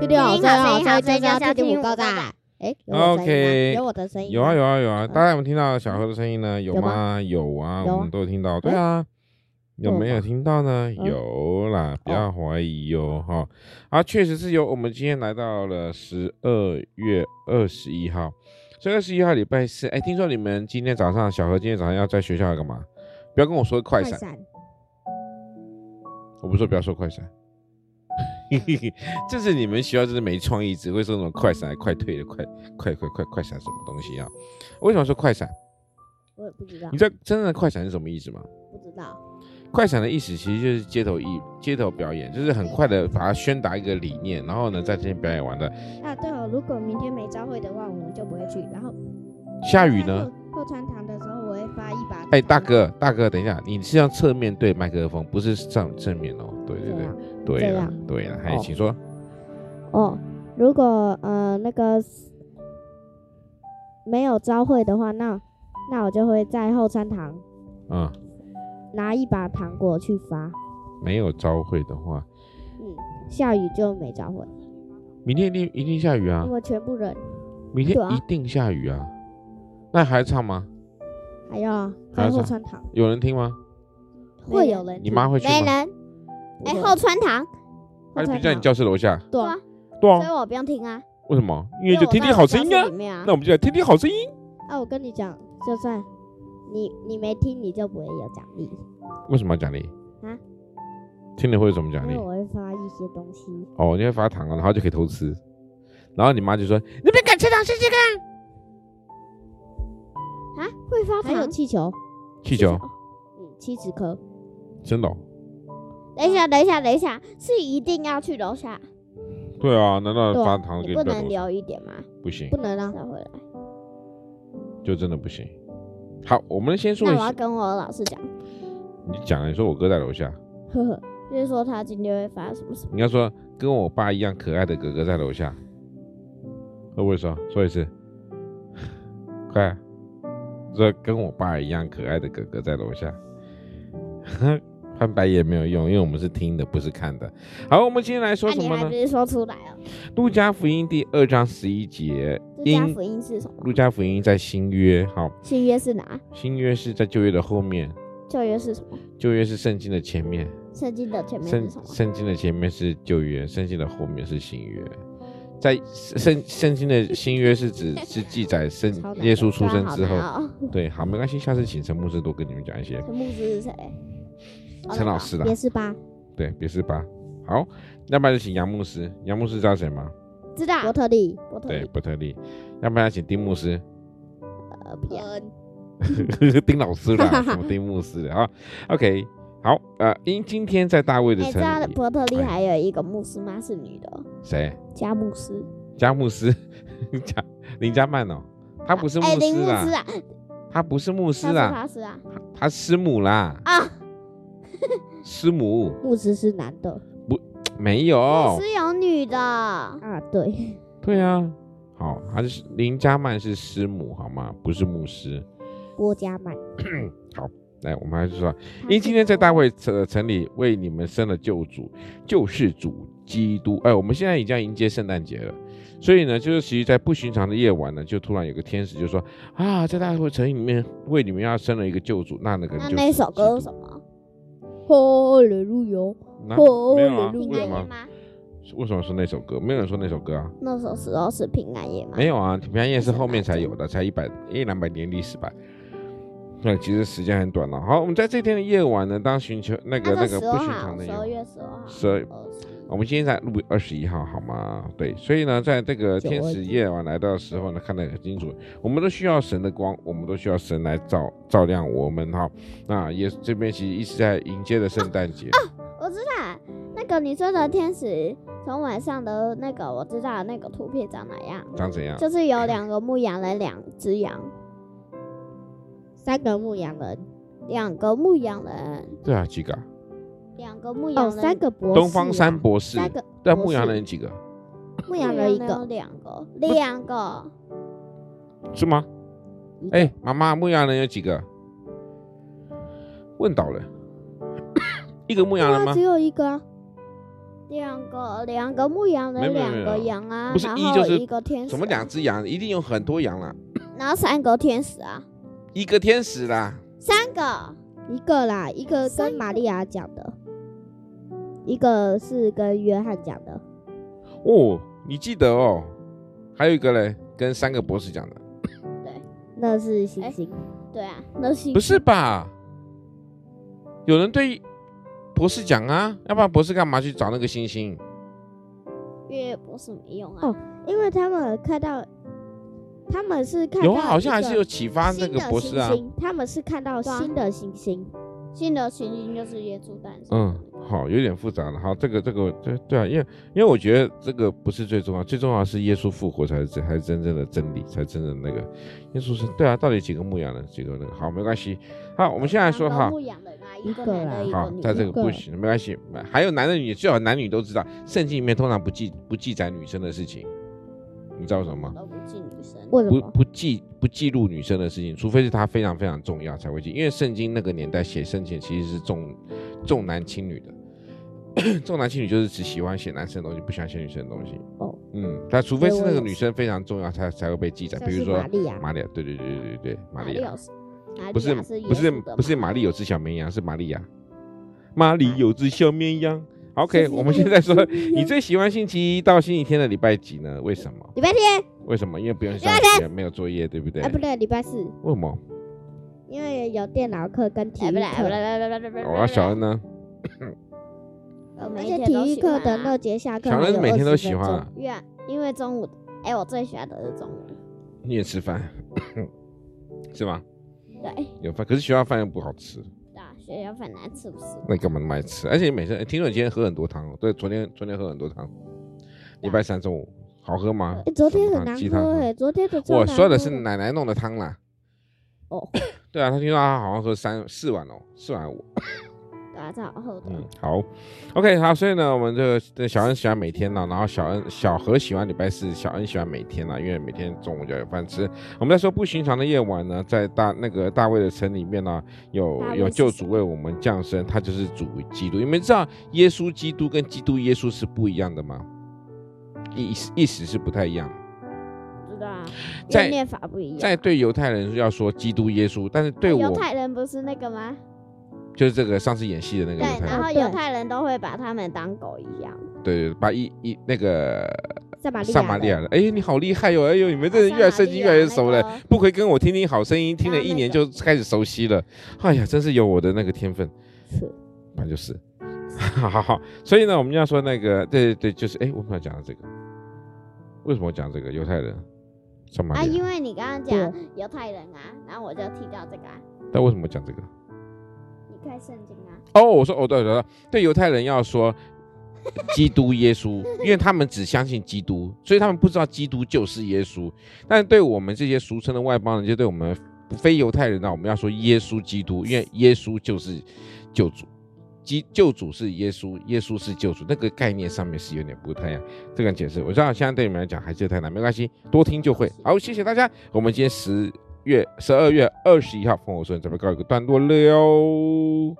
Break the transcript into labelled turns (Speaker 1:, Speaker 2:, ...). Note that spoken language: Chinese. Speaker 1: 第六好
Speaker 2: 一
Speaker 1: 声
Speaker 2: 好声
Speaker 1: 好
Speaker 2: 音
Speaker 1: 声
Speaker 2: 好
Speaker 1: 就
Speaker 2: 声
Speaker 1: 叫
Speaker 2: 就叫
Speaker 1: 第
Speaker 2: 第
Speaker 1: 五
Speaker 2: 五
Speaker 1: 高
Speaker 2: 高
Speaker 1: 大
Speaker 2: 大。
Speaker 1: 哎，有我声音吗
Speaker 3: OK，
Speaker 1: 有我的声音
Speaker 3: 有啊有啊有啊，
Speaker 1: 嗯
Speaker 3: 大家有没有听到小何的声音呢？有
Speaker 1: 有
Speaker 3: 吗？有啊，
Speaker 1: 有啊
Speaker 3: 我们都有听到。对啊，有哦没有听到呢？
Speaker 1: 嗯
Speaker 3: 有啦，不要怀疑哟哈。啊，确实是有。我们今天来到了十二月二十一号，所以二十一号礼拜四。哎，听说你们今天早上，小何今天早上要在学校干嘛？不要跟我说快闪，
Speaker 1: 闪，
Speaker 3: 我不是说不要说快闪。 这是你们学校真是没创意，只会说那种快闪、快退的、快快快快快闪什么东西啊？为什么说快闪？
Speaker 1: 我也不知道
Speaker 3: 你，知道真正的快闪是什么意思吗？
Speaker 1: 不知道。
Speaker 3: 快闪的意思其实就是街头艺、街头表演，就是很快的把它宣达一个理念，然后呢在这边表演完了。
Speaker 4: 啊，对哦，如果明天没朝会的话，我们就不会去。然后
Speaker 3: 下雨呢？？
Speaker 4: 后穿堂的时候，我会发一把。
Speaker 3: 哎，大，哥，大哥，等一下，你是要侧面对麦克风，不是上正面哦。对对对，对
Speaker 1: 这
Speaker 3: 了
Speaker 1: 样
Speaker 3: 对了，还
Speaker 1: 哦
Speaker 3: 请说。
Speaker 1: 哦，如果呃那个没有招会的话，那那我就会在后餐堂
Speaker 3: 嗯，
Speaker 1: 拿一把糖果去发。
Speaker 3: 没有朝会的话，
Speaker 1: 嗯，下雨就没招会，
Speaker 3: 明天一定一定下雨啊
Speaker 1: 因，为全部人
Speaker 3: 明天
Speaker 1: 对啊
Speaker 3: 一定下雨啊。那还唱吗？
Speaker 1: 还要
Speaker 3: 还
Speaker 1: 在
Speaker 3: 要啥
Speaker 1: 后餐堂，
Speaker 3: 有人听吗？
Speaker 1: 会有人
Speaker 3: 你
Speaker 1: 去
Speaker 3: 妈会去
Speaker 2: 没
Speaker 3: 吗？
Speaker 2: 人。哎，
Speaker 1: 会
Speaker 2: 后穿堂，
Speaker 1: 后
Speaker 3: 她就不
Speaker 1: 餐
Speaker 3: 在你
Speaker 1: 堂。
Speaker 3: 教室楼下。
Speaker 1: 对
Speaker 2: 啊
Speaker 1: 啊，
Speaker 3: 对
Speaker 2: 所以
Speaker 3: 啊，
Speaker 2: 我不用听啊，
Speaker 3: 为什么？因为就
Speaker 2: 我
Speaker 3: 听听
Speaker 2: 在
Speaker 3: 好
Speaker 2: 我
Speaker 3: 声音
Speaker 2: 教
Speaker 3: 啊
Speaker 2: 室。里面啊
Speaker 3: 那。我们就来听听好声音。
Speaker 1: 啊，我跟你讲，就算你你没听，你就不会有奖励，
Speaker 3: 为什么要奖励？
Speaker 1: 啊？
Speaker 3: 听了会有什么奖
Speaker 1: 因
Speaker 3: 励
Speaker 1: 为？我会发一些东西。
Speaker 3: 哦，你会发糖啊，然后就可以偷吃。然后你妈就说：“你们敢吃糖吃这个
Speaker 2: 啊，会发
Speaker 1: 还有
Speaker 2: 糖？
Speaker 1: 气球，
Speaker 3: 气球
Speaker 1: 气？嗯，七十颗，
Speaker 3: 真的哦、
Speaker 2: 等一下，等一下，等一下，是一定要去楼下，
Speaker 3: 对啊，难道
Speaker 1: 对啊
Speaker 3: 发糖给
Speaker 2: 你
Speaker 3: 你
Speaker 2: 不
Speaker 3: 不要
Speaker 2: 能
Speaker 3: 多少？
Speaker 2: 留一点吗？
Speaker 3: 不行
Speaker 1: 不，能啊。
Speaker 2: 再回来。
Speaker 3: 就真的不行。好，我们先说
Speaker 2: 那
Speaker 3: 一
Speaker 2: 我要
Speaker 3: 下，
Speaker 2: 跟我老师讲，
Speaker 3: 你讲了，你说我哥在楼下，
Speaker 1: 呵呵，
Speaker 2: 就是说他今天会发什么什么。
Speaker 3: 你要说跟我爸一样可爱的哥哥在楼下，会不会说？说一次， 快啊，说跟我爸一样可爱的哥哥在楼下。 翻白眼没有用，因为我们是听的，不是看的。好，我们今天来说
Speaker 2: 那
Speaker 3: 什
Speaker 2: 啊你
Speaker 3: 么
Speaker 2: 还
Speaker 3: 呢
Speaker 2: 不？是说出来哦？
Speaker 3: 路加福音第二章十一节，
Speaker 2: 这家
Speaker 3: 因
Speaker 2: 福音是什么？
Speaker 3: 路加福音在新约，好，
Speaker 2: 新约是哪？
Speaker 3: 新约是在旧约的后面，
Speaker 2: 旧约是什么？
Speaker 3: 旧约是圣经的前面，
Speaker 2: 圣经的前面
Speaker 3: 圣
Speaker 2: 是什么？
Speaker 3: 圣经的前面是旧约，圣经的后面是新约。在圣圣经的新约是 指是记载圣
Speaker 1: 超难的
Speaker 3: 耶稣出
Speaker 2: 哇
Speaker 3: 生
Speaker 2: 好
Speaker 3: 之后
Speaker 2: 难，哦。
Speaker 3: 对，好，没关系，下次请陈牧师多跟你们讲一些
Speaker 2: 陈牧师是谁？哦
Speaker 3: 陈老。师啦
Speaker 1: 也，是吧？
Speaker 3: 对，别是吧？好，要不然就请杨牧师，杨牧师知道谁吗？
Speaker 2: 那个知道
Speaker 1: 伯。特利，
Speaker 2: 哦伯特
Speaker 3: 对，伯特利，要不然请丁牧师，
Speaker 2: 呃不要。
Speaker 3: 丁老 师啦，什么丁牧师的啊？OK，好，呃，因今天在大卫的
Speaker 2: 哎，知
Speaker 3: 城
Speaker 2: 道
Speaker 3: 里，
Speaker 2: 伯特利
Speaker 3: 哎
Speaker 2: 还有一个牧师吗？是女的，哦
Speaker 3: 谁？
Speaker 2: 加牧师。
Speaker 3: 加牧师， 加林加曼哦，他不是牧
Speaker 2: 哎，林
Speaker 3: 师
Speaker 2: 牧
Speaker 3: 啦
Speaker 2: 师，啊，
Speaker 3: 他不是牧师
Speaker 2: 他是
Speaker 3: 啦，
Speaker 2: 他是啊
Speaker 3: 他师母啦，
Speaker 2: 啊，
Speaker 3: 师母
Speaker 1: 牧师是男的
Speaker 3: 没有
Speaker 2: 牧，师有女的。
Speaker 1: 啊，对，
Speaker 3: 对啊，好，他是林加曼是师母好吗？不是牧师。
Speaker 1: 郭嘉曼，
Speaker 3: 来，我们还是说，因今天在大卫城城里为你们生了救主，救世主基督。哎，我们现在已经要迎接圣诞节了，所以呢，就是其实，在不寻常的夜晚呢，就突然有个天使就说啊，在大卫城里面为你们要生了一个救主，那那个人
Speaker 2: 那
Speaker 3: 就是
Speaker 2: 那首歌
Speaker 3: 基
Speaker 2: 是
Speaker 3: 督
Speaker 2: 什么？
Speaker 1: 哈利路亚，
Speaker 3: 那
Speaker 1: 哦
Speaker 3: 没有啊？
Speaker 1: 耶路
Speaker 2: 平
Speaker 3: 为
Speaker 2: 安
Speaker 3: 什
Speaker 2: 夜
Speaker 3: 么？
Speaker 2: 吗？
Speaker 3: 为什么是那首歌？没有人说那首歌啊？
Speaker 2: 那首时候是平安夜吗？
Speaker 3: 没有啊，平安夜是后面才有的，才一百一两百年历史吧。那其实时间很短了。好，我们在这天的夜晚呢，当寻求那个
Speaker 2: 啊那
Speaker 3: 那
Speaker 2: 时
Speaker 3: 个
Speaker 2: 候
Speaker 3: 不寻
Speaker 2: 好
Speaker 3: 常，的
Speaker 2: 十
Speaker 3: 夜
Speaker 2: 二
Speaker 3: 晚。
Speaker 2: 月十二号，哦
Speaker 3: 12我们今天在录二十一号，好吗？对，所以呢，在这个天使夜晚来到的时候呢，看得很清楚，我们都需要神的光，我们都需要神来照照亮我们哈。那也这边其实一直在迎接着圣诞
Speaker 2: 啊
Speaker 3: 节，
Speaker 2: 我知道啊那个你说的天使从晚上的那个，我知道那个图片长哪样，
Speaker 3: 长怎样？
Speaker 2: 就是有两个牧羊人，两只羊，
Speaker 1: 三个牧羊人，
Speaker 2: 两个牧羊人，
Speaker 3: 对啊，几个啊？
Speaker 2: 两个牧羊
Speaker 1: 哦，
Speaker 2: 人，
Speaker 1: 三个博士啊，
Speaker 3: 东方三博士，
Speaker 1: 三个
Speaker 3: 对啊，
Speaker 1: 博士
Speaker 3: 牧羊人几个？
Speaker 1: 牧
Speaker 2: 牧
Speaker 1: 羊
Speaker 2: 羊
Speaker 1: 人
Speaker 2: 人
Speaker 1: 一
Speaker 2: 有
Speaker 1: 个，
Speaker 2: 两个，两个，
Speaker 3: 是吗？
Speaker 1: 一个
Speaker 3: 哎、妈妈，牧羊人有几个？问倒了，一个牧羊人
Speaker 1: 啊，
Speaker 3: 吗
Speaker 1: 只？有一个啊，
Speaker 2: 两个两个牧羊
Speaker 3: 没
Speaker 2: 人，
Speaker 3: 有没有没
Speaker 2: 两
Speaker 3: 有
Speaker 2: 个羊啊，
Speaker 3: 不是
Speaker 2: 然
Speaker 3: 一
Speaker 2: 后
Speaker 3: 就是
Speaker 2: 一个天使、啊，
Speaker 3: 什么两只羊，一定有很多羊啦，
Speaker 2: 然后三个天使啊，
Speaker 3: 一个天使啦，
Speaker 2: 三个
Speaker 1: 一个啦，一个
Speaker 2: 三
Speaker 1: 跟
Speaker 2: 个
Speaker 1: 玛利亚讲的，一个是跟约翰讲的。
Speaker 3: 哦，你记得哦，还有一个嘞，跟三个博士讲的，
Speaker 1: 那是星
Speaker 2: 哎
Speaker 1: 星，
Speaker 2: 对啊，那是
Speaker 3: 不是吧？有人对博士讲啊，要不然博士干嘛去找那个星星？
Speaker 2: 月博士没用啊。
Speaker 1: 哦因为他们看到，他们是看
Speaker 3: 有
Speaker 1: 到
Speaker 3: 啊，好像还
Speaker 1: 一
Speaker 3: 是
Speaker 1: 个
Speaker 3: 有启发那
Speaker 1: 新
Speaker 3: 个
Speaker 1: 的
Speaker 3: 博士啊
Speaker 1: 星。星，他们是看到
Speaker 2: 对啊
Speaker 1: 新的星星。
Speaker 2: 新的情景就是耶稣诞生。
Speaker 3: 嗯，好，有点复杂了。好，这个这个对对啊，因为因为我觉得这个不是最重要，最重要是耶稣复活才是真才是真正的真理，才真正的那个耶稣是对啊，到底几个牧羊人，几个那个好，没关系。好，我们现在说
Speaker 2: 两
Speaker 3: 哈
Speaker 2: 个，牧羊人啊，
Speaker 1: 一
Speaker 2: 一
Speaker 1: 个
Speaker 2: 个
Speaker 1: 啦
Speaker 2: 男的，一
Speaker 3: 好
Speaker 2: 个，女
Speaker 3: 在
Speaker 2: 的。
Speaker 3: 这个不行，没关系。还有男的女，最好男女都知道，圣经里面通常不记不记载女生的事情，你知道为什么吗？
Speaker 2: 都不进女生。
Speaker 1: 为什
Speaker 3: 不
Speaker 1: 么？
Speaker 3: 不记不记录女生的事情，除非是她非常非常重要才会记，因为圣经那个年代写圣经其实是重重男轻女的， 重男轻女就是只喜欢写男生的东西，不喜欢写女生的东西。
Speaker 1: 哦，
Speaker 3: 嗯，但除非是那
Speaker 1: 对
Speaker 3: 个
Speaker 1: 我也
Speaker 3: 女
Speaker 1: 是
Speaker 3: 生非常重要才才会被记载，
Speaker 1: 像
Speaker 3: 比
Speaker 1: 是
Speaker 3: 如说
Speaker 1: 玛利亚，
Speaker 3: 玛利亚，对对对对对对，玛利亚
Speaker 2: 有，
Speaker 3: 不是
Speaker 2: 玛利亚是
Speaker 3: 不是
Speaker 2: 耶稣的
Speaker 3: 不是
Speaker 2: 嘛
Speaker 3: 玛丽有只小绵羊，是玛利亚，玛丽有只小绵羊。OK，
Speaker 1: 啊是
Speaker 3: 我们现在说，你最喜欢星期一到星期天的礼拜几呢？为什么？
Speaker 1: 礼拜天？
Speaker 3: 为什么？因为不用上学，没有作业，对不对？
Speaker 1: 哎，不对，礼拜四，
Speaker 3: 为什么？
Speaker 1: 因为有电脑课跟体
Speaker 2: 哎
Speaker 1: 育
Speaker 2: 不来不
Speaker 1: 课，
Speaker 2: 来不来不来不来。
Speaker 3: 我要哦啊小恩呢？
Speaker 2: 我
Speaker 1: 而
Speaker 2: 每一
Speaker 1: 且
Speaker 2: 天都
Speaker 1: 体育
Speaker 2: 喜欢
Speaker 1: 课的
Speaker 2: 啊
Speaker 1: 那节下课
Speaker 3: 小
Speaker 1: 还
Speaker 3: 恩
Speaker 1: 有
Speaker 3: 每天都
Speaker 1: 20
Speaker 3: 喜
Speaker 1: 分
Speaker 3: 欢
Speaker 1: 钟
Speaker 3: 啊，
Speaker 2: 因为因为中午，哎，我最喜欢的是中午。
Speaker 3: 你也吃饭是吗？
Speaker 2: 对，
Speaker 3: 有饭，可是学校饭又不好吃，
Speaker 2: 大学校饭难吃不是？
Speaker 3: 那你干嘛那么爱吃？而且你每次哎听说你今天喝很多汤哦，对，昨天昨天喝很多汤，礼拜三中午好喝吗？
Speaker 1: 哎，昨天
Speaker 3: 什
Speaker 1: 很
Speaker 3: 么汤
Speaker 1: 难
Speaker 3: 鸡
Speaker 1: 喝
Speaker 3: 汤啊
Speaker 1: 哎，昨天的超
Speaker 3: 我
Speaker 1: 难
Speaker 3: 说的
Speaker 1: 喝
Speaker 3: 是奶奶弄的汤啦。
Speaker 1: 哦，
Speaker 3: 对啊，他听说他好像喝三四碗哦，四碗五。
Speaker 2: 对啊，这好厚的。
Speaker 3: 嗯，好，OK，好，所以呢，我们这个这小恩喜欢每天呢，然后小恩小何喜欢礼拜四，小恩喜欢每天啦，因为每天中午就有饭吃。我们在说不寻常的夜晚呢，在大那个大卫的城里面呢，有
Speaker 1: 大卫
Speaker 3: 有
Speaker 1: 是
Speaker 3: 救
Speaker 1: 谁
Speaker 3: 主为我们降生，他就是主基督。你们知道耶稣基督跟基督耶稣是不一样的吗？意思意思是不太一样的。
Speaker 2: 知道啊，
Speaker 3: 在
Speaker 2: 跟念法不一样。
Speaker 3: 在对犹太人要说基督耶稣，但是对
Speaker 2: 犹
Speaker 3: 我嗯
Speaker 2: 太人不是那个吗？
Speaker 3: 就是这个上次演戏的那个犹
Speaker 2: 对，
Speaker 3: 太
Speaker 2: 然
Speaker 3: 人，
Speaker 2: 后
Speaker 1: 对
Speaker 2: 犹太人都会把他们当狗一样。
Speaker 3: 对对，对把一一那个
Speaker 1: 撒玛利亚，
Speaker 3: 撒玛利，亚的。哎，你好厉害哟、哎呦，你们
Speaker 2: 啊
Speaker 3: 这人越来圣经越来越熟了。
Speaker 2: 了。
Speaker 3: 不亏跟我听听好声音，听了
Speaker 2: 然后
Speaker 3: 一
Speaker 2: 啊那
Speaker 3: 年就
Speaker 2: 个
Speaker 3: 开始熟悉了。哎呀，真是有我的那个天分，
Speaker 1: 是
Speaker 3: 反正就是。 好好好，所以呢，我们要说那个，对对对，就是哎，我们要讲到这个，为什么我讲这个犹太人撒玛
Speaker 2: 啊，
Speaker 3: 利亚？
Speaker 2: 因为你刚刚讲犹太人啊，然后我就提到这个啊，
Speaker 3: 但为什么讲这个？
Speaker 2: 你看圣经啊，
Speaker 3: 哦，我说哦，对对对，对犹太人要说基督耶稣，因为他们只相信基督，所以他们不知道基督就是耶稣。但对我们这些俗称的外邦人，就对我们非犹太人呢，我们要说耶稣基督，因为耶稣就是救主。基救主是耶稣，耶稣是救主，那个概念上面是有点不太一样。这个解释，我知道现在对你们来讲还是太难，没关系，多听就会。好，谢谢大家，我们今天十月十二月二十一号《烽火说》准备告一个段落了哟。